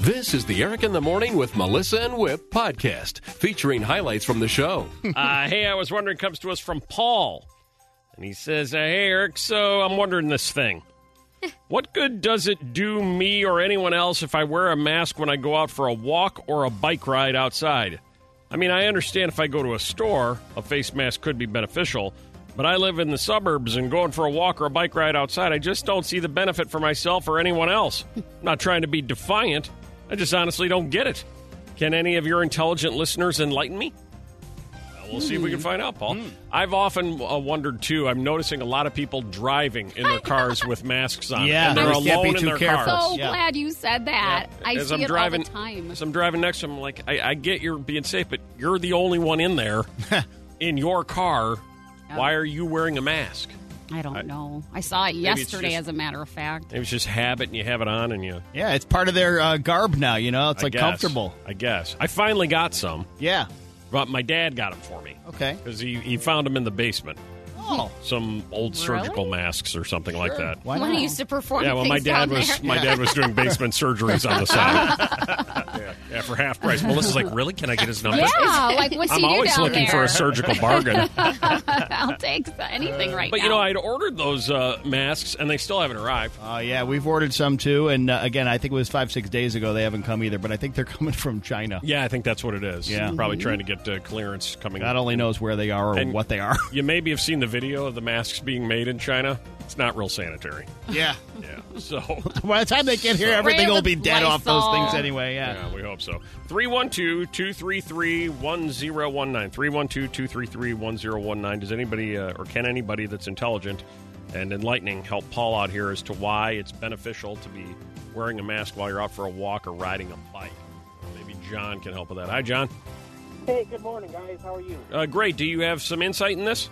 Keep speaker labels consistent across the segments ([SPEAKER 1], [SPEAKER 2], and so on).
[SPEAKER 1] This is the Eric in the Morning with Melissa and Whip podcast, featuring highlights from the show.
[SPEAKER 2] uh, hey, I was wondering comes to us from Paul. And he says, uh, Hey, Eric, so I'm wondering this thing. what good does it do me or anyone else if I wear a mask when I go out for a walk or a bike ride outside? I mean, I understand if I go to a store, a face mask could be beneficial, but I live in the suburbs and going for a walk or a bike ride outside, I just don't see the benefit for myself or anyone else. I'm not trying to be defiant, I just honestly don't get it. Can any of your intelligent listeners enlighten me? We'll see if
[SPEAKER 3] Hmm.
[SPEAKER 2] we can find out, Paul. I've often uh, wondered too. I'm noticing a lot of people driving in their cars with masks on.
[SPEAKER 3] Yeah,
[SPEAKER 2] and
[SPEAKER 3] they
[SPEAKER 2] they're
[SPEAKER 3] just can't
[SPEAKER 2] alone
[SPEAKER 3] be
[SPEAKER 2] in
[SPEAKER 3] too
[SPEAKER 2] their
[SPEAKER 3] careful.
[SPEAKER 2] cars.
[SPEAKER 4] So
[SPEAKER 3] Yeah.
[SPEAKER 4] glad you said that. I
[SPEAKER 2] As
[SPEAKER 4] see
[SPEAKER 2] I'm
[SPEAKER 4] it
[SPEAKER 2] driving,
[SPEAKER 4] all the time.
[SPEAKER 2] as I'm driving next to them, I'm like, I, I get you're being safe, but you're the only one in there in your car. Why are you wearing a mask?
[SPEAKER 4] I don't know. I saw it
[SPEAKER 2] it's
[SPEAKER 4] yesterday,
[SPEAKER 2] just-
[SPEAKER 4] as a matter of fact.
[SPEAKER 2] Maybe it's just habit, and you have it on, and you.
[SPEAKER 3] Yeah, it's part of their uh, garb now. You know, it's
[SPEAKER 2] I
[SPEAKER 3] like
[SPEAKER 2] guess.
[SPEAKER 3] comfortable.
[SPEAKER 2] I guess. I finally got some,
[SPEAKER 3] Yeah.
[SPEAKER 2] but my dad got them for me
[SPEAKER 3] Okay.
[SPEAKER 2] because he, he found them in the basement.
[SPEAKER 3] Oh,
[SPEAKER 2] Some old surgical masks or something like
[SPEAKER 3] sure.
[SPEAKER 2] that.
[SPEAKER 3] Why
[SPEAKER 4] When I
[SPEAKER 3] not?
[SPEAKER 4] used to perform
[SPEAKER 2] Yeah, well,
[SPEAKER 4] things
[SPEAKER 2] my
[SPEAKER 4] down
[SPEAKER 2] dad was
[SPEAKER 4] there.
[SPEAKER 2] my dad was doing basement surgeries on the side. yeah. yeah, for half price. Melissa's like, really? Can I get his number?
[SPEAKER 4] Yeah, like what's
[SPEAKER 2] I'm
[SPEAKER 4] he do
[SPEAKER 2] always
[SPEAKER 4] down
[SPEAKER 2] looking
[SPEAKER 4] there?
[SPEAKER 2] for a surgical bargain.
[SPEAKER 4] I'll take anything right
[SPEAKER 2] Uh, but
[SPEAKER 4] now.
[SPEAKER 2] you know, I'd ordered those uh, masks, and they still haven't arrived.
[SPEAKER 3] Uh, yeah, we've ordered some too, and uh, again, I think it was five, six days ago. They haven't come either, but I think they're coming from China.
[SPEAKER 2] Yeah, I think that's what it is.
[SPEAKER 3] Yeah.
[SPEAKER 2] probably trying to get uh, clearance coming.
[SPEAKER 3] God only knows where they are or
[SPEAKER 2] And-
[SPEAKER 3] what they are.
[SPEAKER 2] You maybe have seen the video of the masks being made in China. It's not real sanitary.
[SPEAKER 3] Yeah.
[SPEAKER 2] Yeah, so
[SPEAKER 3] By the time they get here, everything
[SPEAKER 4] Spray it
[SPEAKER 3] will
[SPEAKER 4] with
[SPEAKER 3] be dead off those
[SPEAKER 4] Lysol.
[SPEAKER 3] things anyway. Yeah.
[SPEAKER 2] yeah, we hope so. 312-233-1019. 312-233-1019. Does anybody uh, or can anybody that's intelligent and enlightening help Paul out here as to why it's beneficial to be wearing a mask while you're out for a walk or riding a bike? Maybe John can help with that. Hi, John.
[SPEAKER 5] Hey, good morning, guys. How are you?
[SPEAKER 2] Uh, great. Do you have some insight in this?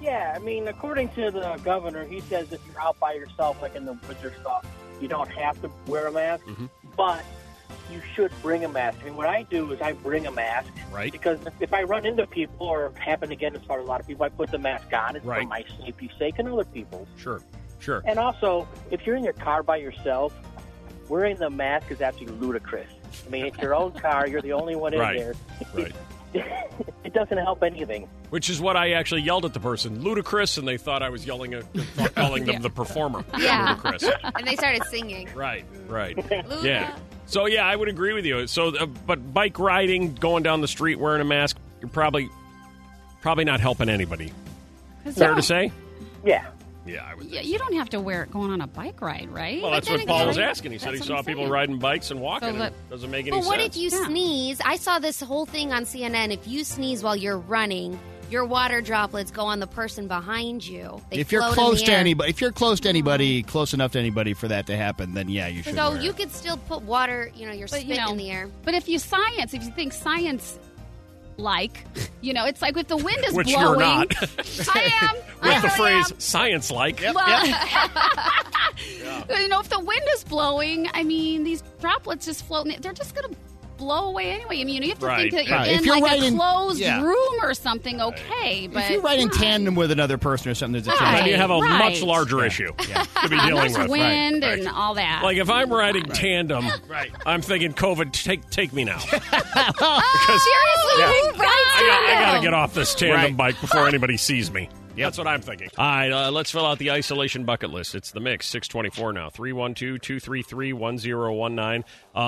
[SPEAKER 5] Yeah, I mean, according to the governor, he says if you're out by yourself, like in the woods or stuff, you don't have to wear a mask, but you should bring a mask. I mean, what I do is I bring a mask
[SPEAKER 2] Right.
[SPEAKER 5] because if I run into people or happen to get in front of a lot of people, I put the mask on. It's
[SPEAKER 2] Right.
[SPEAKER 5] for my safety sake and other people's.
[SPEAKER 2] Sure. Sure.
[SPEAKER 5] And also, if you're in your car by yourself, wearing the mask is absolutely ludicrous. I mean, it's your own car. You're the only one in
[SPEAKER 2] Right.
[SPEAKER 5] there.
[SPEAKER 2] Right.
[SPEAKER 5] It doesn't help anything.
[SPEAKER 2] Which is what I actually yelled at the person, ludicrous, and they thought I was yelling at, calling them the performer,
[SPEAKER 6] Yeah.
[SPEAKER 2] ludicrous.
[SPEAKER 6] and they started singing.
[SPEAKER 2] Right, right.
[SPEAKER 6] Luna.
[SPEAKER 2] Yeah. So yeah, I would agree with you. So, uh, but bike riding, going down the street wearing a mask, you're probably probably not helping anybody. Fair to say?
[SPEAKER 5] Yeah.
[SPEAKER 2] Yeah, I would.
[SPEAKER 4] Yeah, you don't have to wear it going on a bike ride, right?
[SPEAKER 2] Well,
[SPEAKER 6] But
[SPEAKER 2] that's
[SPEAKER 6] then
[SPEAKER 2] what Paul
[SPEAKER 6] again-
[SPEAKER 2] was asking. He said he
[SPEAKER 4] That's
[SPEAKER 2] saw
[SPEAKER 4] what I'm
[SPEAKER 2] people
[SPEAKER 4] saying.
[SPEAKER 2] riding bikes and walking.
[SPEAKER 4] So
[SPEAKER 2] and
[SPEAKER 4] that-
[SPEAKER 2] it doesn't make any
[SPEAKER 6] But what
[SPEAKER 2] sense.
[SPEAKER 6] if you
[SPEAKER 4] Yeah.
[SPEAKER 6] sneeze? I saw this whole thing on CNN. If you sneeze while you're running, your water droplets go on the person behind you. They
[SPEAKER 3] if you're
[SPEAKER 6] float in
[SPEAKER 3] close
[SPEAKER 6] the
[SPEAKER 3] to
[SPEAKER 6] air.
[SPEAKER 3] anybody, if you're close to anybody, close enough to anybody for that to happen, then yeah, you should.
[SPEAKER 6] so
[SPEAKER 3] wear it.
[SPEAKER 6] oh, you could still put water, you know, your
[SPEAKER 4] But,
[SPEAKER 6] spit
[SPEAKER 4] you know,
[SPEAKER 6] in the air.
[SPEAKER 4] But if you science, if you think science like, you know, it's like if the wind is
[SPEAKER 2] Which
[SPEAKER 4] blowing.
[SPEAKER 2] you're not.
[SPEAKER 4] I am. I
[SPEAKER 2] With
[SPEAKER 4] really
[SPEAKER 2] the phrase
[SPEAKER 4] am.
[SPEAKER 2] "science like,"
[SPEAKER 4] Well, you know, if the wind is blowing, I mean, these droplets just floating, they're just going to blow away anyway. I mean, you have to
[SPEAKER 2] Right.
[SPEAKER 4] think that you're
[SPEAKER 3] Right.
[SPEAKER 4] in
[SPEAKER 3] If you're
[SPEAKER 4] like
[SPEAKER 3] right
[SPEAKER 4] a
[SPEAKER 3] in-
[SPEAKER 4] closed
[SPEAKER 3] yeah.
[SPEAKER 4] room or something, okay. But
[SPEAKER 3] if you're right in
[SPEAKER 4] come on.
[SPEAKER 3] tandem with another person or something, there's a
[SPEAKER 4] Right.
[SPEAKER 2] then
[SPEAKER 3] chance.
[SPEAKER 2] you have a
[SPEAKER 4] right.
[SPEAKER 2] much larger issue to be
[SPEAKER 4] And
[SPEAKER 2] dealing
[SPEAKER 4] there's
[SPEAKER 2] with.
[SPEAKER 4] wind
[SPEAKER 2] Right.
[SPEAKER 4] and all that.
[SPEAKER 2] Like if I'm riding tandem, I'm thinking COVID, take take me now.
[SPEAKER 4] Seriously,
[SPEAKER 2] Yeah.
[SPEAKER 4] who rides
[SPEAKER 2] I, got, I gotta
[SPEAKER 4] tandem?
[SPEAKER 2] get off this tandem
[SPEAKER 3] Right.
[SPEAKER 2] bike before anybody sees me. That's what I'm thinking. All right, uh, let's fill out the isolation bucket list. It's the mix, 624 now, 312 233 1019.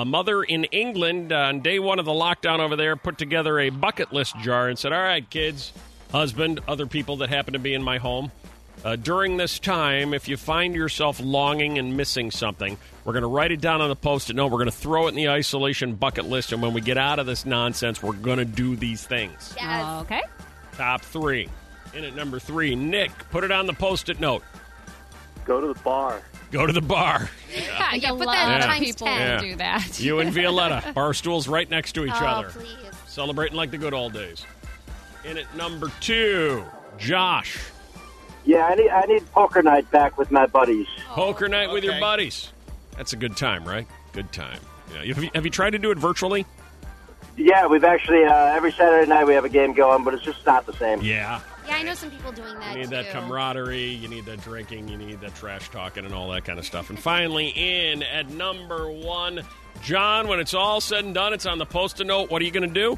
[SPEAKER 2] Mother in England, uh, on day one of the lockdown over there, put together a bucket list jar and said, All right, kids, husband, other people that happen to be in my home, uh, during this time, if you find yourself longing and missing something, we're going to write it down on a post it note. We're going to throw it in the isolation bucket list. And when we get out of this nonsense, we're going to do these things.
[SPEAKER 6] Yes.
[SPEAKER 3] Oh,
[SPEAKER 4] Okay.
[SPEAKER 2] Top three. In at number three, Nick, put it on the post it note.
[SPEAKER 5] Go to the bar.
[SPEAKER 2] Go to the bar.
[SPEAKER 6] Yeah,
[SPEAKER 4] I
[SPEAKER 6] yeah,
[SPEAKER 4] love
[SPEAKER 6] put that
[SPEAKER 2] Yeah.
[SPEAKER 6] times
[SPEAKER 4] people
[SPEAKER 6] 10.
[SPEAKER 4] who do that.
[SPEAKER 2] You and Violetta, bar stools right next to each
[SPEAKER 6] oh,
[SPEAKER 2] other,
[SPEAKER 6] please.
[SPEAKER 2] celebrating like the good old days. In at number two, Josh,
[SPEAKER 5] Yeah, I need, I need poker night back with my buddies.
[SPEAKER 6] Oh,
[SPEAKER 2] poker night with your buddies. That's a good time, right? Good time. Yeah. Have, you, have you tried to do it virtually?
[SPEAKER 5] Yeah, we've actually, uh, every Saturday night we have a game going, but it's just not the same.
[SPEAKER 2] Yeah.
[SPEAKER 6] Yeah, I know some people doing that.
[SPEAKER 2] You need
[SPEAKER 6] too.
[SPEAKER 2] that camaraderie. You need that drinking. You need that trash talking and all that kind of stuff. And finally, in at number one, John, when it's all said and done, it's on the post-it note. What are you going to do?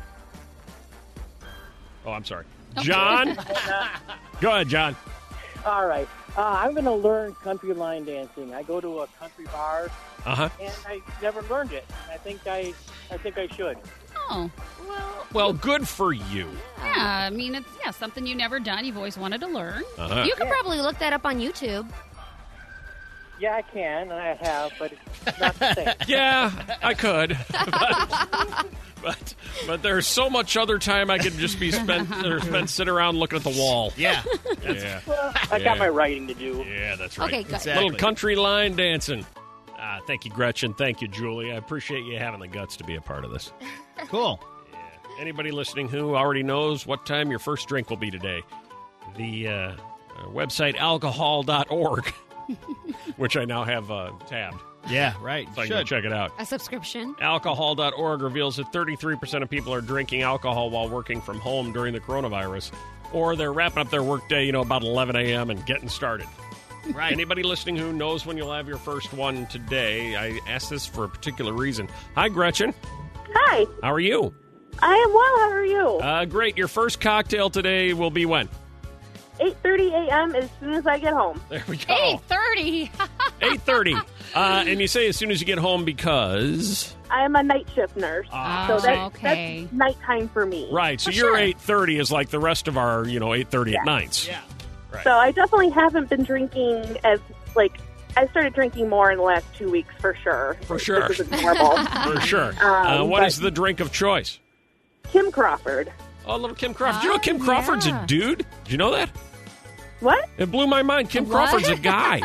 [SPEAKER 2] Oh, I'm sorry. John? Go ahead, John.
[SPEAKER 5] All right. Uh, I'm going to learn country line dancing. I go to a country bar
[SPEAKER 2] Uh-huh.
[SPEAKER 5] and I never learned it. I think I, I think I should.
[SPEAKER 4] Oh,
[SPEAKER 6] Well,
[SPEAKER 2] Well, good for you.
[SPEAKER 4] yeah. I mean, it's yeah something you've never done. You've always wanted to learn.
[SPEAKER 2] Uh-huh.
[SPEAKER 6] you could probably look that up on YouTube.
[SPEAKER 5] Yeah, I can, and I have, but it's not the same.
[SPEAKER 2] Yeah, I could. but, but but there's so much other time I could just be spent or spend sit around looking at the wall.
[SPEAKER 3] Yeah,
[SPEAKER 2] Yeah.
[SPEAKER 5] Well, I
[SPEAKER 2] Yeah.
[SPEAKER 5] got my writing to do.
[SPEAKER 2] Yeah, that's right.
[SPEAKER 6] Okay, good.
[SPEAKER 3] exactly.
[SPEAKER 2] Little country line dancing. Ah, thank you, Gretchen. Thank you, Julie. I appreciate you having the guts to be a part of this.
[SPEAKER 3] Cool.
[SPEAKER 2] Anybody listening who already knows what time your first drink will be today, the uh, uh, website alcohol.org, which I now have uh, tabbed,
[SPEAKER 3] Yeah, right.
[SPEAKER 2] so I can go
[SPEAKER 3] Should.
[SPEAKER 2] check it out.
[SPEAKER 6] A subscription.
[SPEAKER 2] Alcohol.org reveals that 33% of people are drinking alcohol while working from home during the coronavirus, or they're wrapping up their workday, you know, about 11 a.m. and getting started. Right. Anybody listening who knows when you'll have your first one today, I asked this for a particular reason. Hi, Gretchen.
[SPEAKER 7] Hi,
[SPEAKER 2] How are you?
[SPEAKER 7] I am well. How are you?
[SPEAKER 2] Uh, great. Your first cocktail today will be when?
[SPEAKER 7] 8:30 a.m. as soon as I get home.
[SPEAKER 2] There we go.
[SPEAKER 4] Eight thirty.
[SPEAKER 2] 8.30. Uh, and you say as soon as you get home because...
[SPEAKER 7] I am a night shift nurse,
[SPEAKER 2] Ah,
[SPEAKER 7] so that's,
[SPEAKER 4] okay.
[SPEAKER 7] that's nighttime for me.
[SPEAKER 2] Right. So
[SPEAKER 4] For
[SPEAKER 2] your
[SPEAKER 4] sure.
[SPEAKER 2] 8.30 is like the rest of our, you know, 8.30 at nights.
[SPEAKER 3] Yeah.
[SPEAKER 7] So I definitely haven't been drinking as like I started drinking more in the last two weeks for sure.
[SPEAKER 2] For sure.
[SPEAKER 7] This isn't normal.
[SPEAKER 2] For sure. uh,
[SPEAKER 7] Um,
[SPEAKER 2] what
[SPEAKER 7] but-
[SPEAKER 2] is the drink of choice?
[SPEAKER 7] Kim Crawford.
[SPEAKER 2] Oh, little Kim Crawford. Do you know
[SPEAKER 6] Oh,
[SPEAKER 2] Kim Crawford's
[SPEAKER 6] yeah.
[SPEAKER 2] a dude? Did you know that?
[SPEAKER 7] What?
[SPEAKER 2] It blew my mind. Kim
[SPEAKER 6] What?
[SPEAKER 2] Crawford's a guy.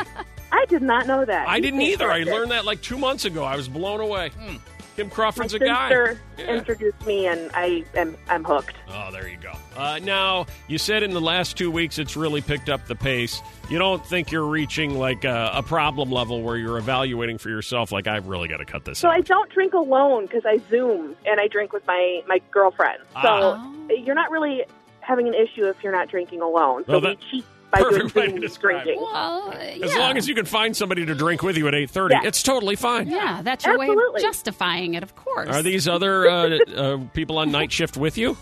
[SPEAKER 7] I did not know that.
[SPEAKER 2] I didn't
[SPEAKER 7] Kim
[SPEAKER 2] either. I
[SPEAKER 7] Crawford.
[SPEAKER 2] learned that like two months ago. I was blown away.
[SPEAKER 7] Hmm.
[SPEAKER 2] Kim
[SPEAKER 7] My
[SPEAKER 2] Crawford's a guy.
[SPEAKER 7] sister
[SPEAKER 2] Yeah.
[SPEAKER 7] introduced me, and I am I'm hooked.
[SPEAKER 2] Oh, there you go. Uh, now, you said in the last two weeks it's really picked up the pace. You don't think you're reaching like a, a problem level where you're evaluating for yourself, like, I've really got to cut this
[SPEAKER 7] So
[SPEAKER 2] out.
[SPEAKER 7] I don't drink alone because I Zoom and I drink with my my girlfriend. So
[SPEAKER 2] Ah.
[SPEAKER 7] you're not really having an issue if you're not drinking alone. So
[SPEAKER 2] Well, that-
[SPEAKER 7] we cheat by doing
[SPEAKER 2] perfect way to
[SPEAKER 7] Zoom
[SPEAKER 2] describe it.
[SPEAKER 7] drinking.
[SPEAKER 4] Well,
[SPEAKER 2] as
[SPEAKER 4] yeah.
[SPEAKER 2] long as you can find somebody to drink with you at 8.30,
[SPEAKER 7] Yeah.
[SPEAKER 2] it's totally fine.
[SPEAKER 4] yeah, that's your way of
[SPEAKER 7] Absolutely.
[SPEAKER 4] justifying it. Of course.
[SPEAKER 2] Are these other uh, uh, people on night shift with you?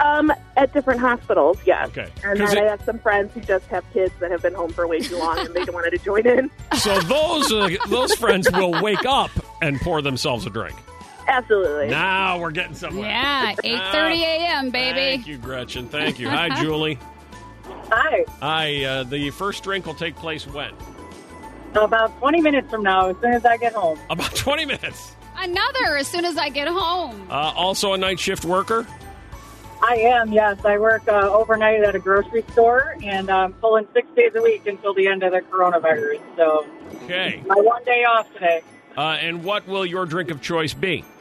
[SPEAKER 7] Um, at different hospitals, yes.
[SPEAKER 2] Okay.
[SPEAKER 7] And
[SPEAKER 2] 'Cause
[SPEAKER 7] then
[SPEAKER 2] it-
[SPEAKER 7] I have some friends who just have kids that have been home for way too long and they wanted to join in.
[SPEAKER 2] So those uh, those friends will wake up and pour themselves a drink.
[SPEAKER 7] Absolutely.
[SPEAKER 2] Now we're getting somewhere.
[SPEAKER 4] Yeah, eight thirty a.m. Baby.
[SPEAKER 2] Ah. Thank you, Gretchen. Thank you. Hi, Julie.
[SPEAKER 5] Hi.
[SPEAKER 2] Hi. Uh, the first drink will take place when?
[SPEAKER 5] So about 20 minutes from now, as soon as I get home,
[SPEAKER 2] About 20 minutes.
[SPEAKER 4] Another as soon as I get home.
[SPEAKER 2] Uh, also a night shift worker.
[SPEAKER 5] I am, yes. I work uh, overnight at a grocery store, and I'm pulling six days a week until the end of the coronavirus. So
[SPEAKER 2] Okay.
[SPEAKER 5] my one day off today.
[SPEAKER 2] Uh, and what will your drink of choice be?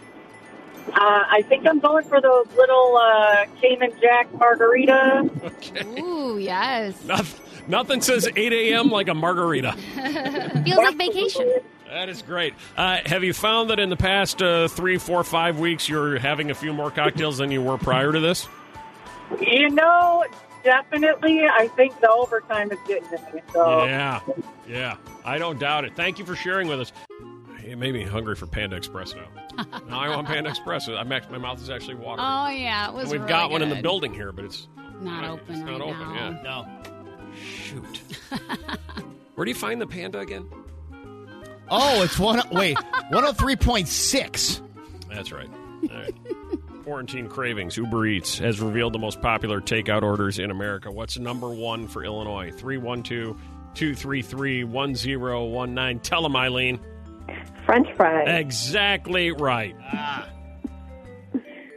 [SPEAKER 5] Uh, I think I'm going for those little uh, Cayman Jack margarita.
[SPEAKER 2] Oh,
[SPEAKER 4] Ooh, yes.
[SPEAKER 2] Noth- Nothing says 8 a.m. like a margarita.
[SPEAKER 6] Feels like vacation.
[SPEAKER 2] That is great. Uh, have you found that in the past uh, three, four, five weeks you're having a few more cocktails than you were prior to this?
[SPEAKER 5] You know, definitely, I think the overtime is getting to me.
[SPEAKER 4] Oh.
[SPEAKER 5] So
[SPEAKER 2] Yeah, yeah. I don't doubt it. Thank you for sharing with us. It made me hungry for Panda Express now. now I want Panda Express. I'm actually, my mouth is actually watering.
[SPEAKER 4] Oh yeah, it was.
[SPEAKER 2] We've
[SPEAKER 4] really
[SPEAKER 2] got one in the
[SPEAKER 4] good.
[SPEAKER 2] building here, but it's
[SPEAKER 4] Not open
[SPEAKER 2] It's
[SPEAKER 4] right
[SPEAKER 2] not open.
[SPEAKER 4] now.
[SPEAKER 2] Yeah.
[SPEAKER 3] No.
[SPEAKER 2] Shoot. Where do you find the panda again?
[SPEAKER 3] Oh, it's one. Wait, one hundred three point six.
[SPEAKER 2] That's right. All right. Quarantine cravings. Uber Eats has revealed the most popular takeout orders in America. What's number one for Illinois? 312 233 1019. Tell them, Eileen.
[SPEAKER 7] French fries.
[SPEAKER 2] Exactly right.
[SPEAKER 4] Ah.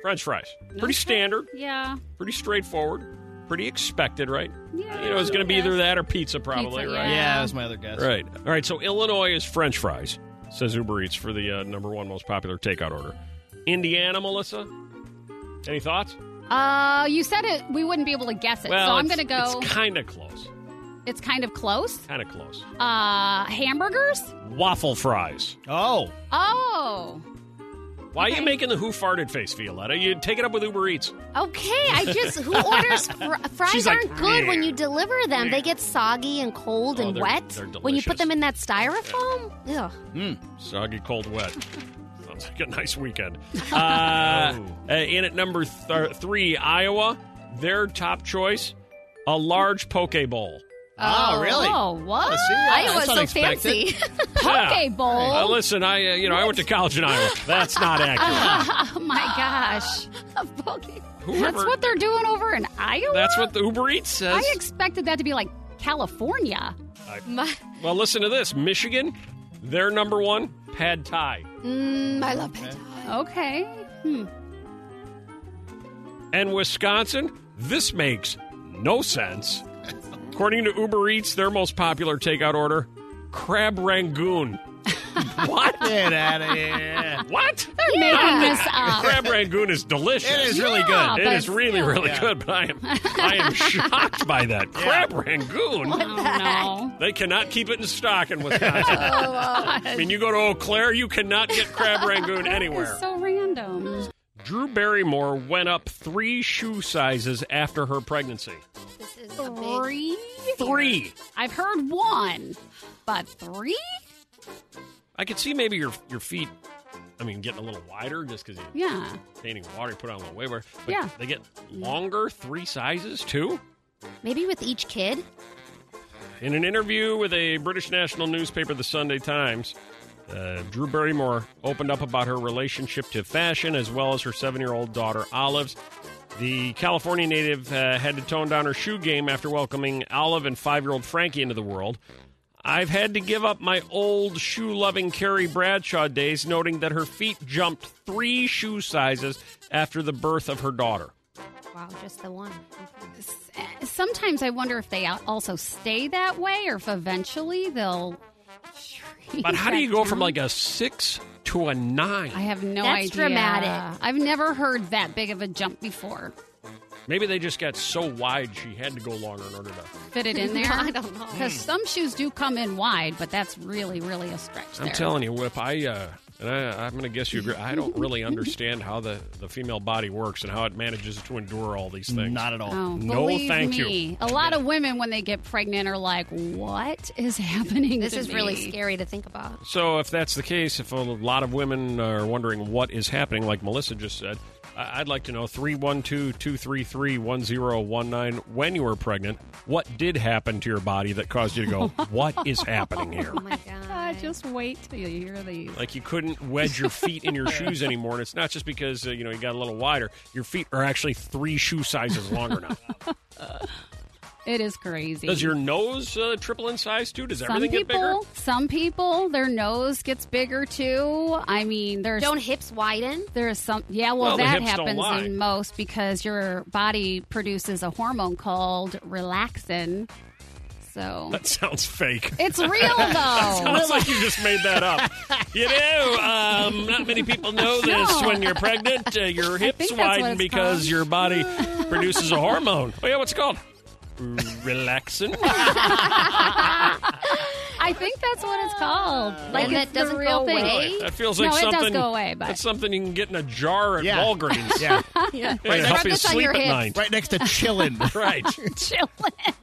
[SPEAKER 2] French fries. Pretty standard,
[SPEAKER 4] Yeah.
[SPEAKER 2] pretty straightforward, pretty expected, right?
[SPEAKER 4] Yeah.
[SPEAKER 2] You know, it's going to be
[SPEAKER 4] Yes.
[SPEAKER 2] either that or pizza, probably,
[SPEAKER 4] Pizza,
[SPEAKER 2] right?
[SPEAKER 3] Yeah, that was my other guess.
[SPEAKER 2] Right. All right. So Illinois is French fries, says Uber Eats for the uh, number one most popular takeout order. Indiana, Melissa. Any thoughts?
[SPEAKER 4] Uh, you said it. We wouldn't be able to guess it, so I'm
[SPEAKER 2] it's-
[SPEAKER 4] gonna go.
[SPEAKER 2] It's kind of close.
[SPEAKER 4] it's kind of close.
[SPEAKER 2] Kind of close.
[SPEAKER 4] Uh, hamburgers.
[SPEAKER 2] Waffle fries.
[SPEAKER 3] Oh,
[SPEAKER 4] Oh.
[SPEAKER 2] Why are you making the who farted face, Violetta? You take it up with Uber Eats.
[SPEAKER 6] Okay, I just who orders fr- fries
[SPEAKER 3] She's like,
[SPEAKER 6] aren't good when
[SPEAKER 3] "Yeah."
[SPEAKER 6] you deliver them. They get soggy and cold
[SPEAKER 2] Oh,
[SPEAKER 6] and
[SPEAKER 2] they're-
[SPEAKER 6] wet
[SPEAKER 2] they're
[SPEAKER 6] when you
[SPEAKER 2] delicious.
[SPEAKER 6] Oh, put them in that styrofoam. Ugh.
[SPEAKER 2] Soggy, cold, wet. like a nice weekend.
[SPEAKER 4] Oh.
[SPEAKER 2] Uh, uh, in at number th- three, Iowa, their top choice, a large poke bowl.
[SPEAKER 3] Oh, really?
[SPEAKER 4] Oh, what?
[SPEAKER 3] Let's see. Yeah,
[SPEAKER 4] I was
[SPEAKER 3] that's
[SPEAKER 4] so
[SPEAKER 3] unexpected.
[SPEAKER 4] fancy. Poke bowl.
[SPEAKER 2] Uh, listen, I uh, you know I went to college in Iowa. That's not accurate.
[SPEAKER 4] Oh my gosh. A poke-
[SPEAKER 2] Whoever-
[SPEAKER 4] That's what they're doing over in Iowa?
[SPEAKER 2] That's what the Uber Eats says.
[SPEAKER 4] I expected that to be like California.
[SPEAKER 6] My,
[SPEAKER 2] well, listen to this. Michigan, their number one pad thai,
[SPEAKER 6] mm, I love pad thai.
[SPEAKER 4] Okay. Hmm.
[SPEAKER 2] and Wisconsin. This makes no sense. According to Uber Eats, their most popular takeout order, crab rangoon. what?
[SPEAKER 3] Get out of here.
[SPEAKER 2] What?
[SPEAKER 4] They're making this up.
[SPEAKER 2] Crab rangoon is delicious.
[SPEAKER 3] It is really
[SPEAKER 4] Yeah,
[SPEAKER 3] good.
[SPEAKER 2] It
[SPEAKER 4] but
[SPEAKER 2] is really,
[SPEAKER 4] still.
[SPEAKER 2] really
[SPEAKER 3] Yeah.
[SPEAKER 2] good, but I am I am shocked by that. Crab rangoon.
[SPEAKER 4] Oh, no.
[SPEAKER 2] They cannot keep it in stock in Wisconsin.
[SPEAKER 4] Oh,
[SPEAKER 2] I mean, you go to Eau Claire, you cannot get crab rangoon anywhere.
[SPEAKER 4] It's so random.
[SPEAKER 2] Drew Barrymore went up three shoe sizes after her pregnancy.
[SPEAKER 6] This is a big.
[SPEAKER 4] Three?
[SPEAKER 2] Three.
[SPEAKER 4] I've heard one, but three?
[SPEAKER 2] I could see maybe your your feet. I mean, getting a little wider just because you're
[SPEAKER 4] Yeah.
[SPEAKER 2] painting water, you put on a little waver. But
[SPEAKER 4] Yeah.
[SPEAKER 2] they get longer, three sizes too.
[SPEAKER 6] Maybe with each kid.
[SPEAKER 2] In an interview with a British national newspaper, the Sunday Times, uh, Drew Barrymore opened up about her relationship to fashion as well as her seven year old daughter, Olive's. The California native uh, had to tone down her shoe game after welcoming Olive and five year old Frankie into the world. I've had to give up my old shoe loving Carrie Bradshaw days, noting that her feet jumped three shoe sizes after the birth of her daughter.
[SPEAKER 6] Wow, just the one. Okay.
[SPEAKER 4] Sometimes I wonder if they al- also stay that way or if eventually they'll shrink.
[SPEAKER 2] But how do you
[SPEAKER 4] back
[SPEAKER 2] go from
[SPEAKER 4] down.
[SPEAKER 2] like a six to a nine?
[SPEAKER 4] I have no
[SPEAKER 6] That's
[SPEAKER 4] idea.
[SPEAKER 6] dramatic.
[SPEAKER 4] I've never heard that big of a jump before.
[SPEAKER 2] Maybe they just got so wide she had to go longer in order to.
[SPEAKER 4] Fit it in there?
[SPEAKER 6] I don't know.
[SPEAKER 4] Because some shoes do come in wide, but that's really, really a stretch there.
[SPEAKER 2] I'm telling you, Whip. I uh, and I, I'm going to guess you agree. I don't really understand how the the female body works and how it manages to endure all these things.
[SPEAKER 3] Not at all.
[SPEAKER 4] Oh,
[SPEAKER 2] No,
[SPEAKER 4] believe
[SPEAKER 2] thank you.
[SPEAKER 4] me. A lot of women, when they get pregnant, are like, "What is happening?"
[SPEAKER 6] This
[SPEAKER 4] to
[SPEAKER 6] is really
[SPEAKER 4] me?"
[SPEAKER 6] scary to think about.
[SPEAKER 2] so if that's the case, if a lot of women are wondering what is happening, like Melissa just said, I- I'd like to know three one two two three three one zero one nine. When you were pregnant, what did happen to your body that caused you to go? what is happening here?
[SPEAKER 6] Oh my god.
[SPEAKER 4] Uh, just wait till you hear these.
[SPEAKER 2] Like you couldn't wedge your feet in your shoes anymore, and it's not just because uh, you know you got a little wider. Your feet are actually three shoe sizes longer now.
[SPEAKER 4] It is crazy.
[SPEAKER 2] Does your nose uh, triple in size too? Does
[SPEAKER 4] some
[SPEAKER 2] everything
[SPEAKER 4] people,
[SPEAKER 2] get bigger?
[SPEAKER 4] some people, their nose gets bigger too. I mean, there's
[SPEAKER 6] Don't hips widen?
[SPEAKER 4] there's some yeah. Well,
[SPEAKER 2] Well, the
[SPEAKER 4] that
[SPEAKER 2] hips don't
[SPEAKER 4] happens
[SPEAKER 2] lie.
[SPEAKER 4] in most because your body produces a hormone called relaxin. So
[SPEAKER 2] That sounds fake.
[SPEAKER 4] it's real though.
[SPEAKER 2] Sounds like you just made that up. You know, um, not many people know this
[SPEAKER 4] No.
[SPEAKER 2] when you're pregnant. Uh, your hips
[SPEAKER 4] think that's what
[SPEAKER 2] widen
[SPEAKER 4] it's
[SPEAKER 2] because
[SPEAKER 4] called.
[SPEAKER 2] your body produces a hormone. Oh yeah, what's it called? Relaxin.
[SPEAKER 4] I think that's what it's called. Like
[SPEAKER 6] And that
[SPEAKER 4] it's the
[SPEAKER 6] doesn't
[SPEAKER 4] real
[SPEAKER 6] go
[SPEAKER 4] thing.
[SPEAKER 6] away?
[SPEAKER 2] Oh, that feels
[SPEAKER 4] No,
[SPEAKER 2] like
[SPEAKER 4] it does
[SPEAKER 2] something.
[SPEAKER 4] go away, but-
[SPEAKER 2] That's something you can get in a jar at
[SPEAKER 3] Yeah.
[SPEAKER 2] Walgreens.
[SPEAKER 3] Yeah.
[SPEAKER 6] Yeah.
[SPEAKER 2] Right,
[SPEAKER 3] Rub
[SPEAKER 2] help you
[SPEAKER 6] this on
[SPEAKER 2] sleep
[SPEAKER 6] your
[SPEAKER 2] at
[SPEAKER 6] hips.
[SPEAKER 2] night.
[SPEAKER 3] Right next to chillin'.
[SPEAKER 2] Right.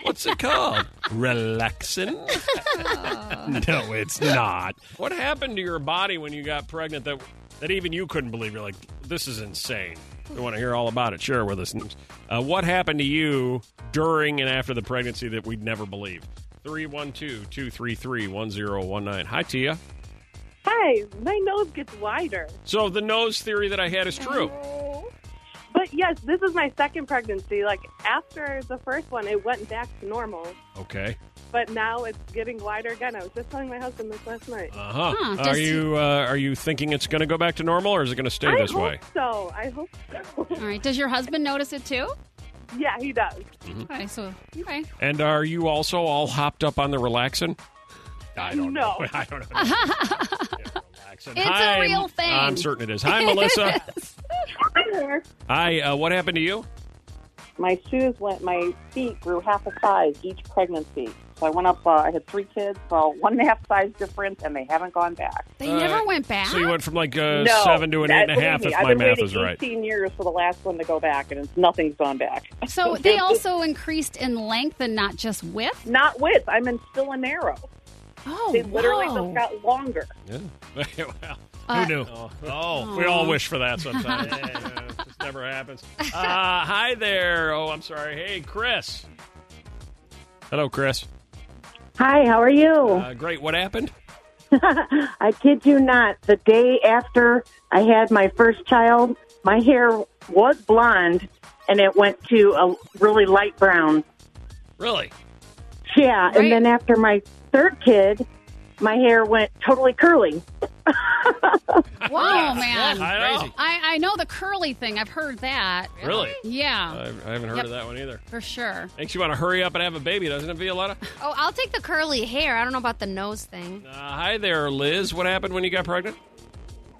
[SPEAKER 2] What's it called? Relaxin? Oh.
[SPEAKER 3] no, it's
[SPEAKER 2] Not. What happened to your body when you got pregnant that that even you couldn't believe? You're like, this is insane. We want to hear all about it. Share it with us. Uh, what happened to you during and after the pregnancy that we'd never believe? 312 233 1019. Hi, Tia.
[SPEAKER 7] Hi, my nose gets wider.
[SPEAKER 2] So, the nose theory that I had is true.
[SPEAKER 7] But yes, this is my second pregnancy. Like after the first one, it went back to normal,
[SPEAKER 2] Okay.
[SPEAKER 7] but now it's getting wider again. I was just telling my husband this last night.
[SPEAKER 2] Uh huh.
[SPEAKER 4] Huh,
[SPEAKER 2] are
[SPEAKER 4] does-
[SPEAKER 2] you uh, are you thinking it's going to go back to normal, or is it going to stay
[SPEAKER 7] I
[SPEAKER 2] this
[SPEAKER 7] hope
[SPEAKER 2] way?
[SPEAKER 7] so. I hope so.
[SPEAKER 4] All right. Does your husband notice it too?
[SPEAKER 7] yeah, he does.
[SPEAKER 2] Mm-hmm.
[SPEAKER 4] Okay. So okay.
[SPEAKER 2] And are you also all hopped up on the relaxin? I don't
[SPEAKER 7] No.
[SPEAKER 2] know. I don't know. Yeah, relaxin.
[SPEAKER 4] a
[SPEAKER 2] Hi,
[SPEAKER 4] real thing.
[SPEAKER 2] I'm certain it is. Hi, Melissa.
[SPEAKER 7] Hi there.
[SPEAKER 2] Hi. Uh, what happened to you?
[SPEAKER 8] my shoes went my feet grew half a size each pregnancy so i went up uh, i had three kids so one and a half size difference and they haven't gone back
[SPEAKER 4] They
[SPEAKER 2] Uh,
[SPEAKER 4] never went back.
[SPEAKER 2] So you went from like uh,
[SPEAKER 8] no,
[SPEAKER 2] seven to an
[SPEAKER 8] that-
[SPEAKER 2] eight and a half,
[SPEAKER 8] believe
[SPEAKER 2] if
[SPEAKER 8] me,
[SPEAKER 2] my
[SPEAKER 8] I've been
[SPEAKER 2] math
[SPEAKER 8] waiting
[SPEAKER 2] is right.
[SPEAKER 8] 18 years for the last one to go back and it's, nothing's gone back
[SPEAKER 4] So they also increased in length and not just width.
[SPEAKER 8] not width i'm in still a narrow
[SPEAKER 4] Oh,
[SPEAKER 8] they literally
[SPEAKER 4] whoa.
[SPEAKER 8] just got longer
[SPEAKER 2] Yeah. well,
[SPEAKER 4] Uh,
[SPEAKER 2] Who knew? Oh, we all wish for that sometimes. Yeah, it just never happens. Uh, hi there. Oh, I'm sorry. Hey, Chris. Hello, Chris.
[SPEAKER 9] Hi, how are you?
[SPEAKER 2] Uh, great. What happened?
[SPEAKER 9] I kid you not, the day after I had my first child, my hair was blonde and it went to a really light brown.
[SPEAKER 2] Really?
[SPEAKER 9] Yeah,
[SPEAKER 4] Right.
[SPEAKER 9] and then after my third kid, my hair went totally curly.
[SPEAKER 4] Whoa, man. I,
[SPEAKER 2] I know.
[SPEAKER 3] Crazy.
[SPEAKER 4] I know the curly thing. I've heard that.
[SPEAKER 2] Really?
[SPEAKER 4] Yeah,
[SPEAKER 2] I, I haven't heard
[SPEAKER 4] Yep.
[SPEAKER 2] of that one either.
[SPEAKER 4] for sure.
[SPEAKER 2] Makes you want to hurry up and have a baby, doesn't it, Violetta?
[SPEAKER 6] Oh, I'll take the curly hair. I don't know about the nose thing.
[SPEAKER 2] Uh, hi there, Liz. What happened when you got pregnant?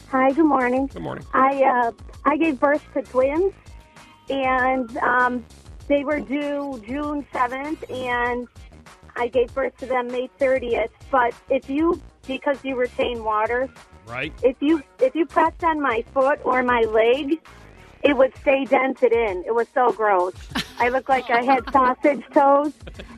[SPEAKER 10] Hi, good morning.
[SPEAKER 2] Good morning.
[SPEAKER 10] I uh, I gave birth to twins, and um, they were due June seventh, and I gave birth to them May thirtieth. But if you because you retain water,
[SPEAKER 2] Right?
[SPEAKER 10] if you if you pressed on my foot or my leg, it would stay dented in. It was so gross. I looked like I had sausage toes,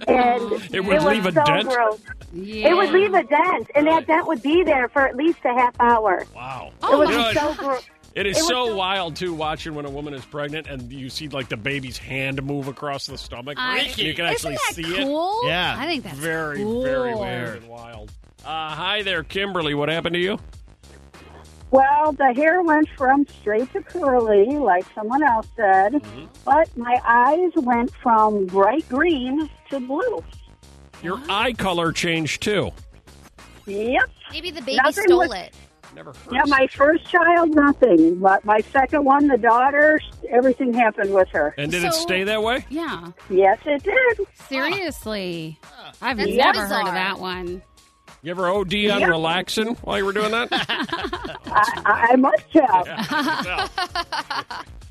[SPEAKER 10] and
[SPEAKER 2] It would
[SPEAKER 10] was
[SPEAKER 2] leave a
[SPEAKER 10] so
[SPEAKER 2] dent?
[SPEAKER 10] Gross.
[SPEAKER 4] Yeah.
[SPEAKER 10] It would leave a dent, and
[SPEAKER 2] Right.
[SPEAKER 10] that dent would be there for at least a half hour.
[SPEAKER 2] Wow.
[SPEAKER 10] it
[SPEAKER 7] Oh,
[SPEAKER 10] was
[SPEAKER 2] You know,
[SPEAKER 10] so gross.
[SPEAKER 2] It is
[SPEAKER 10] It was
[SPEAKER 2] so,
[SPEAKER 10] so-
[SPEAKER 2] wild too watching when a woman is pregnant and you see like the baby's hand move across the stomach.
[SPEAKER 4] I-
[SPEAKER 2] you can actually
[SPEAKER 4] Isn't
[SPEAKER 2] see
[SPEAKER 4] that cool?
[SPEAKER 3] it. Yeah.
[SPEAKER 4] I think
[SPEAKER 2] it.
[SPEAKER 4] that's
[SPEAKER 2] Very,
[SPEAKER 4] cool.
[SPEAKER 2] very weird and wild. Uh, hi there, Kimberly. What happened to you?
[SPEAKER 9] Well, the hair went from straight to curly, like someone else said,
[SPEAKER 2] Mm-hmm.
[SPEAKER 9] but my eyes went from bright green to blue.
[SPEAKER 2] Your eye color changed too.
[SPEAKER 9] Yep.
[SPEAKER 6] Maybe the baby
[SPEAKER 9] Nothing
[SPEAKER 6] stole
[SPEAKER 9] was-
[SPEAKER 6] it.
[SPEAKER 2] Never heard.
[SPEAKER 9] Yeah, my first child, nothing, but my second one, the daughter, everything happened with her.
[SPEAKER 2] And did it
[SPEAKER 4] So-
[SPEAKER 2] stay that way?
[SPEAKER 4] Yeah,
[SPEAKER 9] Yes, it did.
[SPEAKER 4] seriously. I've
[SPEAKER 6] That's
[SPEAKER 4] never
[SPEAKER 6] bizarre.
[SPEAKER 4] heard of that one.
[SPEAKER 2] You ever OD on relaxing while you were doing that?
[SPEAKER 9] I, I must have.
[SPEAKER 2] Well,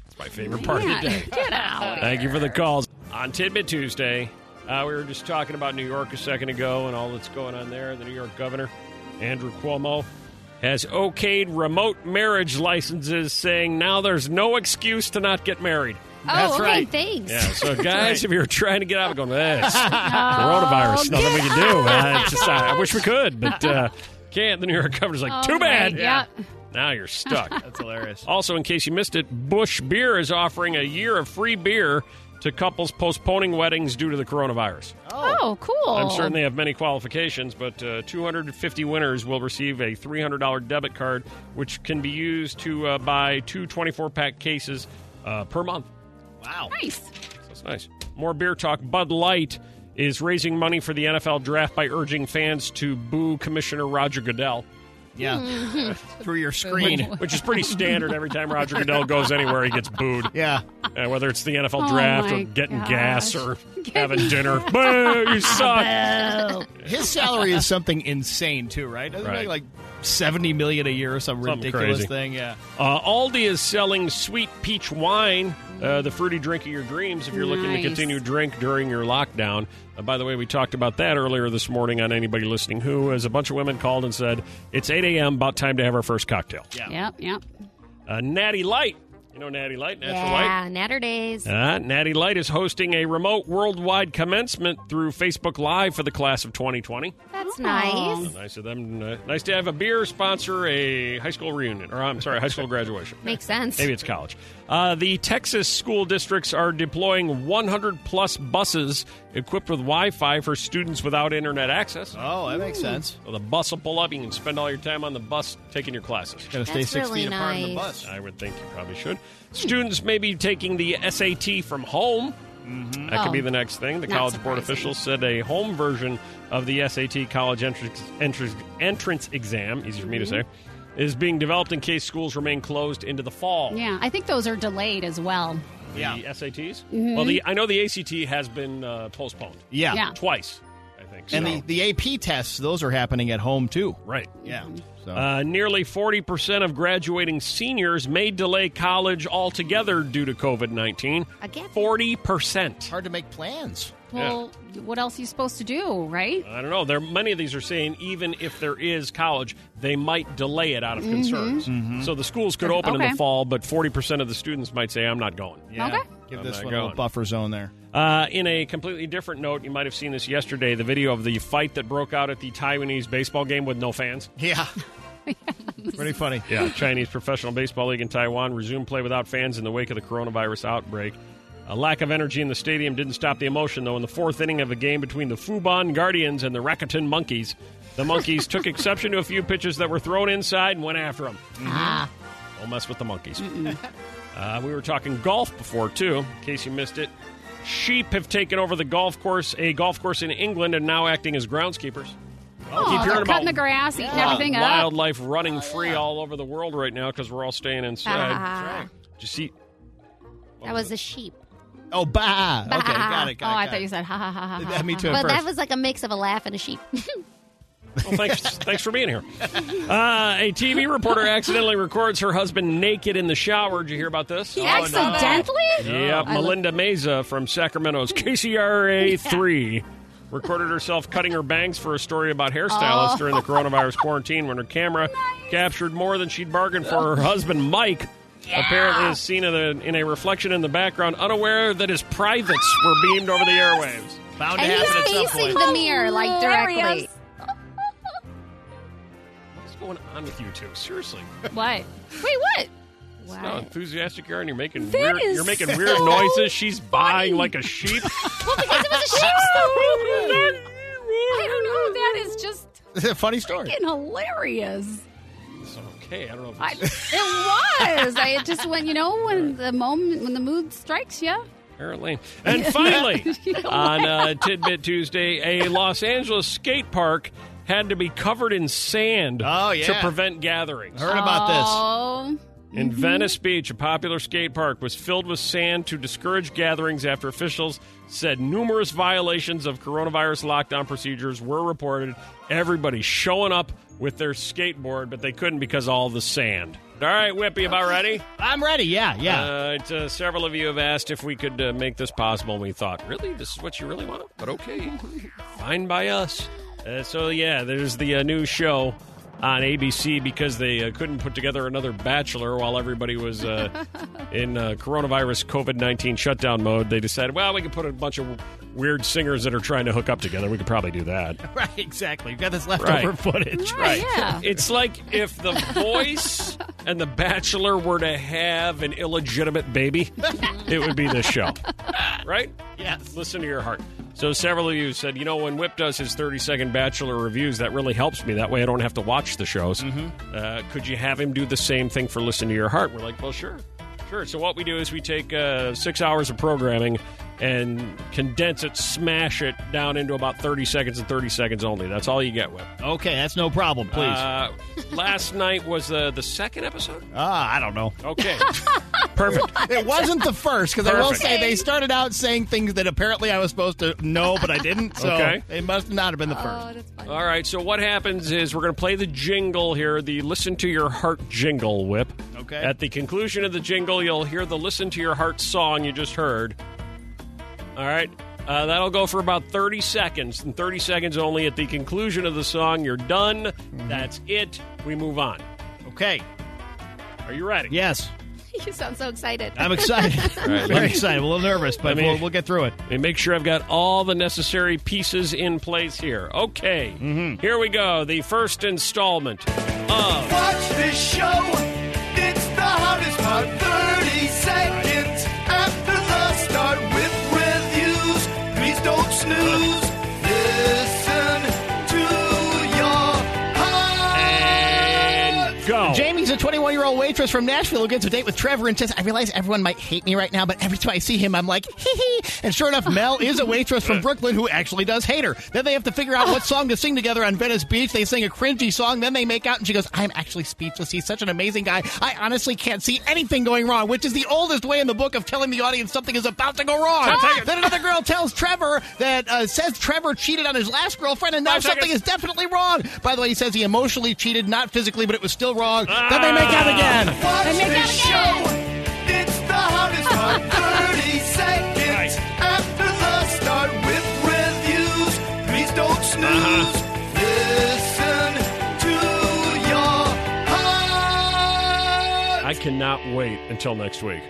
[SPEAKER 2] it's my favorite part of the day.
[SPEAKER 4] Get out.
[SPEAKER 2] Thank you for the calls. On Tidbit Tuesday, uh, we were just talking about New York a second ago and all that's going on there. The New York governor, Andrew Cuomo, has okayed remote marriage licenses, saying now there's no excuse to not get married.
[SPEAKER 3] That's
[SPEAKER 6] oh, okay,
[SPEAKER 3] right.
[SPEAKER 6] thanks.
[SPEAKER 2] Yeah, so guys, if you're trying to get out of going, this coronavirus, nothing we can do. Uh, it's just, uh, I wish we could, but uh, can't. The New York governor's like,
[SPEAKER 4] Oh,
[SPEAKER 2] too
[SPEAKER 4] my
[SPEAKER 2] bad.
[SPEAKER 4] God.
[SPEAKER 2] Now you're stuck.
[SPEAKER 3] That's hilarious.
[SPEAKER 2] Also, in case you missed it, Bush Beer is offering a year of free beer to couples postponing weddings due to the coronavirus.
[SPEAKER 4] Oh, cool.
[SPEAKER 2] I'm certain they have many qualifications, but uh, 250 winners will receive a $300 debit card, which can be used to uh, buy two 24 pack cases uh, per month.
[SPEAKER 3] Wow.
[SPEAKER 4] Nice.
[SPEAKER 2] So it's nice. More beer talk. Bud Light is raising money for the NFL draft by urging fans to boo Commissioner Roger Goodell.
[SPEAKER 3] Yeah. Through your screen.
[SPEAKER 2] Which is pretty standard. Every time Roger Goodell goes anywhere, he gets booed.
[SPEAKER 3] Yeah.
[SPEAKER 2] Uh, whether it's the NFL
[SPEAKER 4] Oh
[SPEAKER 2] draft or
[SPEAKER 4] my
[SPEAKER 2] getting
[SPEAKER 4] gosh.
[SPEAKER 2] gas or having dinner. Boo, you suck.
[SPEAKER 4] Oh,
[SPEAKER 3] His salary is something insane too, right? Isn't it
[SPEAKER 2] Right.
[SPEAKER 3] like seventy million a year or some
[SPEAKER 2] Something
[SPEAKER 3] ridiculous
[SPEAKER 2] crazy.
[SPEAKER 3] thing? Yeah.
[SPEAKER 2] Uh, Aldi is selling sweet peach wine, uh, the fruity drink of your dreams, if you're looking to
[SPEAKER 4] Nice.
[SPEAKER 2] continue to drink during your lockdown. Uh, by the way, we talked about that earlier this morning on Anybody Listening Who, as a bunch of women called and said, It's 8 a.m., about time to have our first cocktail.
[SPEAKER 4] yep, yep.
[SPEAKER 2] Uh, Natty Light. You know Natty Light, Natural Light?
[SPEAKER 6] Yeah, Natter days.
[SPEAKER 2] Uh, Natty Light is hosting a remote worldwide commencement through Facebook Live for the class of 2020.
[SPEAKER 6] That's
[SPEAKER 4] Oh.
[SPEAKER 6] nice.
[SPEAKER 2] Nice of them. uh, nice to have a beer sponsor a high school reunion, or I'm sorry, high school graduation.
[SPEAKER 6] Makes sense.
[SPEAKER 2] Maybe it's college. Uh, the Texas school districts are deploying 100 plus buses equipped with Wi Fi for students without internet access.
[SPEAKER 3] Oh, that makes sense.
[SPEAKER 2] So the bus will pull up. You can spend all your time on the bus taking your classes.
[SPEAKER 3] Gotta stay
[SPEAKER 6] That's
[SPEAKER 3] six
[SPEAKER 6] really
[SPEAKER 3] feet apart in the
[SPEAKER 6] nice.
[SPEAKER 3] bus.
[SPEAKER 2] I would think you probably should. Students may be taking the SAT from home.
[SPEAKER 3] Mm-hmm.
[SPEAKER 2] That could
[SPEAKER 4] Oh.
[SPEAKER 2] be the next thing. The
[SPEAKER 6] Not
[SPEAKER 2] college board
[SPEAKER 6] surprising.
[SPEAKER 2] officials said a home version of the SAT college entrance entrance, entrance exam, easy for me to
[SPEAKER 4] Mm-hmm.
[SPEAKER 2] say, is being developed in case schools remain closed into the fall.
[SPEAKER 4] Yeah, I think those are delayed as well.
[SPEAKER 2] The SATs. Well, the I know the ACT has been uh, postponed
[SPEAKER 3] Yeah.
[SPEAKER 4] Mm-hmm. Yeah.
[SPEAKER 2] twice. I think.
[SPEAKER 3] And
[SPEAKER 2] so.
[SPEAKER 3] the, the AP tests, those are happening at home too.
[SPEAKER 2] right.
[SPEAKER 3] Yeah.
[SPEAKER 4] Mm-hmm.
[SPEAKER 3] So
[SPEAKER 2] Uh, nearly 40% of graduating seniors may delay college altogether due to COVID 19.
[SPEAKER 6] Again.
[SPEAKER 2] 40%.
[SPEAKER 3] hard to make plans.
[SPEAKER 4] Well, what else are you supposed to do, right?
[SPEAKER 2] I don't know. There, many of these are saying even if there is college, they might delay it out of concerns. So the schools could open in
[SPEAKER 4] Okay.
[SPEAKER 2] the fall, but 40% of the students might say, I'm not going.
[SPEAKER 4] Okay.
[SPEAKER 3] Give
[SPEAKER 2] I'm
[SPEAKER 3] this
[SPEAKER 2] not
[SPEAKER 3] one a
[SPEAKER 2] going.
[SPEAKER 3] little buffer zone there.
[SPEAKER 2] Uh, in a completely different note, you might have seen this yesterday the video of the fight that broke out at the Taiwanese baseball game with no fans.
[SPEAKER 3] Yeah. Pretty funny.
[SPEAKER 2] Yeah, Chinese Professional Baseball League in Taiwan resumed play without fans in the wake of the coronavirus outbreak. A lack of energy in the stadium didn't stop the emotion, though. In the fourth inning of a game between the Fubon Guardians and the Rakuten Monkeys, the Monkeys took exception to a few pitches that were thrown inside and went after them.
[SPEAKER 4] Ah.
[SPEAKER 2] Don't mess with the Monkeys. Uh, we were talking golf before, too, in case you missed it. Sheep have taken over the golf course, a golf course in England, and now acting as groundskeepers.
[SPEAKER 4] Oh, they're
[SPEAKER 2] keep hearing
[SPEAKER 4] cutting
[SPEAKER 2] about
[SPEAKER 4] the grass, eating
[SPEAKER 2] wild-
[SPEAKER 4] everything up.
[SPEAKER 2] wildlife running free all over the world right now because we're all staying inside.
[SPEAKER 4] Ah.
[SPEAKER 2] Did you see?
[SPEAKER 6] That was a sheep.
[SPEAKER 3] Oh, bah. Okay, got it. Got
[SPEAKER 4] oh,
[SPEAKER 3] it,
[SPEAKER 4] I
[SPEAKER 3] got
[SPEAKER 4] thought
[SPEAKER 3] it.
[SPEAKER 4] you said ha ha ha ha.
[SPEAKER 3] That- me
[SPEAKER 4] ha,
[SPEAKER 3] too
[SPEAKER 4] ha.
[SPEAKER 3] at
[SPEAKER 6] But
[SPEAKER 3] first.
[SPEAKER 6] that was like a mix of a laugh and a sheep.
[SPEAKER 2] Well, thanks, thanks for being here. Uh, a TV reporter accidentally records her husband naked in the shower. Did you hear about this? Oh,
[SPEAKER 4] Accidentally?
[SPEAKER 2] Yeah,
[SPEAKER 4] I
[SPEAKER 2] Melinda Meza from Sacramento's KCRA 3 recorded herself cutting her bangs for a story about hairstylists
[SPEAKER 4] Oh.
[SPEAKER 2] during the coronavirus quarantine when her camera captured more than she'd bargained for. Her husband, Mike, apparently is seen in a, in a reflection in the background, unaware that his privates were beamed over the airwaves.
[SPEAKER 3] Bound to
[SPEAKER 4] And he's
[SPEAKER 3] happen at some
[SPEAKER 4] facing
[SPEAKER 3] point.
[SPEAKER 4] the mirror, like directly.
[SPEAKER 6] Hilarious.
[SPEAKER 2] What's going on with you two? Seriously.
[SPEAKER 4] What? Wait, what?
[SPEAKER 2] That's how enthusiastic you are, and you're making
[SPEAKER 4] That
[SPEAKER 2] weird,
[SPEAKER 4] is
[SPEAKER 2] you're making
[SPEAKER 4] so
[SPEAKER 2] weird noises. She's buying like a sheep.
[SPEAKER 4] Well, because it was a sheep story. I don't know. That is just
[SPEAKER 3] It's a funny story.
[SPEAKER 4] freaking hilarious.
[SPEAKER 2] It's okay. I don't know. If
[SPEAKER 4] I,
[SPEAKER 2] it's,
[SPEAKER 4] it was. I it just when you know when the moment when the mood strikes you.
[SPEAKER 2] apparently. And finally, on uh, Tidbit Tuesday, a Los Angeles skate park had to be covered in sand
[SPEAKER 3] Oh,
[SPEAKER 2] to
[SPEAKER 3] yeah. Mm-hmm.
[SPEAKER 2] prevent gatherings.
[SPEAKER 3] Heard about this.
[SPEAKER 4] Oh,
[SPEAKER 2] In Venice Beach, a popular skate park was filled with sand to discourage gatherings after officials said numerous violations of coronavirus lockdown procedures were reported. Everybody showing up with their skateboard, but they couldn't because of all the sand. All right, Whippy, about ready?
[SPEAKER 3] I'm ready. Yeah, yeah.
[SPEAKER 2] Uh, it's, uh, several of you have asked if we could uh, make this possible, and we thought, really? This is what you really want? But okay, fine by us. Uh, so, yeah, there's the uh, new show on ABC because they uh, couldn't put together another Bachelor while everybody was uh, in uh, coronavirus COVID 19 shutdown mode. They decided, well, we could put a bunch of weird singers that are trying to hook up together. We could probably do that.
[SPEAKER 3] right, exactly. We've got this leftover
[SPEAKER 2] Right.
[SPEAKER 3] footage.
[SPEAKER 4] right. Yeah.
[SPEAKER 2] It's like if The Voice and The Bachelor were to have an illegitimate baby, it would be this show. Right?
[SPEAKER 3] Yes.
[SPEAKER 2] Listen to your heart. So several of you said, you know, when Whip does his 30 second Bachelor reviews, that really helps me. That way I don't have to watch the shows. Uh, could you have him do the same thing for Listen to Your Heart? We're like, well, sure. Sure. So what we do is we take uh, six hours of programming and condense it, smash it down into about 30 seconds and 30 seconds only. That's all you get, Whip.
[SPEAKER 3] Okay, that's no problem. Please.
[SPEAKER 2] Uh, last night was the the second episode.
[SPEAKER 3] ah, I don't know.
[SPEAKER 2] Okay, perfect.
[SPEAKER 3] It wasn't the first because I will
[SPEAKER 2] Perfect.
[SPEAKER 3] say they started out saying things that apparently I was supposed to know, but I didn't. So
[SPEAKER 2] Okay.
[SPEAKER 3] it must not have been the first.
[SPEAKER 4] that's funny.
[SPEAKER 2] All right. So what happens is we're going to play the jingle here, the "Listen to Your Heart" jingle whip.
[SPEAKER 3] Okay.
[SPEAKER 2] At the conclusion of the jingle, you'll hear the "Listen to Your Heart" song you just heard. All right. Uh, that'll go for about 30 seconds, and 30 seconds only at the conclusion of the song. You're done.
[SPEAKER 3] Mm-hmm.
[SPEAKER 2] That's it. We move on.
[SPEAKER 3] Okay.
[SPEAKER 2] Are you ready?
[SPEAKER 3] Yes,
[SPEAKER 6] you sound so excited.
[SPEAKER 3] I'm excited.
[SPEAKER 2] right, let
[SPEAKER 3] Very
[SPEAKER 2] me-
[SPEAKER 3] excited. I'm a little nervous, but
[SPEAKER 2] Let me-
[SPEAKER 3] we'll, we'll get through it.
[SPEAKER 2] Let me make sure I've got all the necessary pieces in place here. Okay, here we go. The first installment of
[SPEAKER 11] Watch this show. It's the hottest part. 30 seconds after the start with reviews. Please don't snooze. Listen to your heart.
[SPEAKER 2] Go.
[SPEAKER 3] Jamie's a 21 year old waitress from Nashville who gets a date with Trevor and says, I realize everyone might hate me right now, but every time I see him, I'm like, hee hee. And sure enough, Mel is a waitress from Brooklyn who actually does hate her. Then they have to figure out what song to sing together on Venice Beach. They sing a cringy song, then they make out, and she goes, I'm actually speechless. He's such an amazing guy. I honestly can't see anything going wrong, which is the oldest way in the book of telling the audience something is about to go wrong. Then another girl tells Trevor that uh, says Trevor cheated on his last girlfriend, and now
[SPEAKER 2] Five
[SPEAKER 3] something
[SPEAKER 2] seconds.
[SPEAKER 3] is definitely wrong. By the way, he says he emotionally cheated, not physically, but it was still wrong. Then they make out again.
[SPEAKER 11] Ah. Watch this show. It's the hottest part. 30 seconds after the start with reviews. Please don't snooze. Listen to your heart.
[SPEAKER 2] I cannot wait until next week.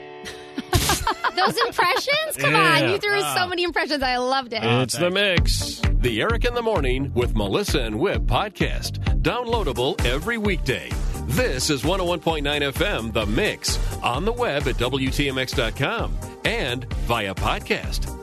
[SPEAKER 6] Those impressions? Come
[SPEAKER 2] Yeah.
[SPEAKER 6] on, you threw so many impressions. I loved it.
[SPEAKER 2] it's the mix.
[SPEAKER 1] The Eric in the Morning with Melissa and Whip podcast, downloadable every weekday.
[SPEAKER 2] This is 101.9 FM, The Mix, on the web at WTMX.com and via podcast.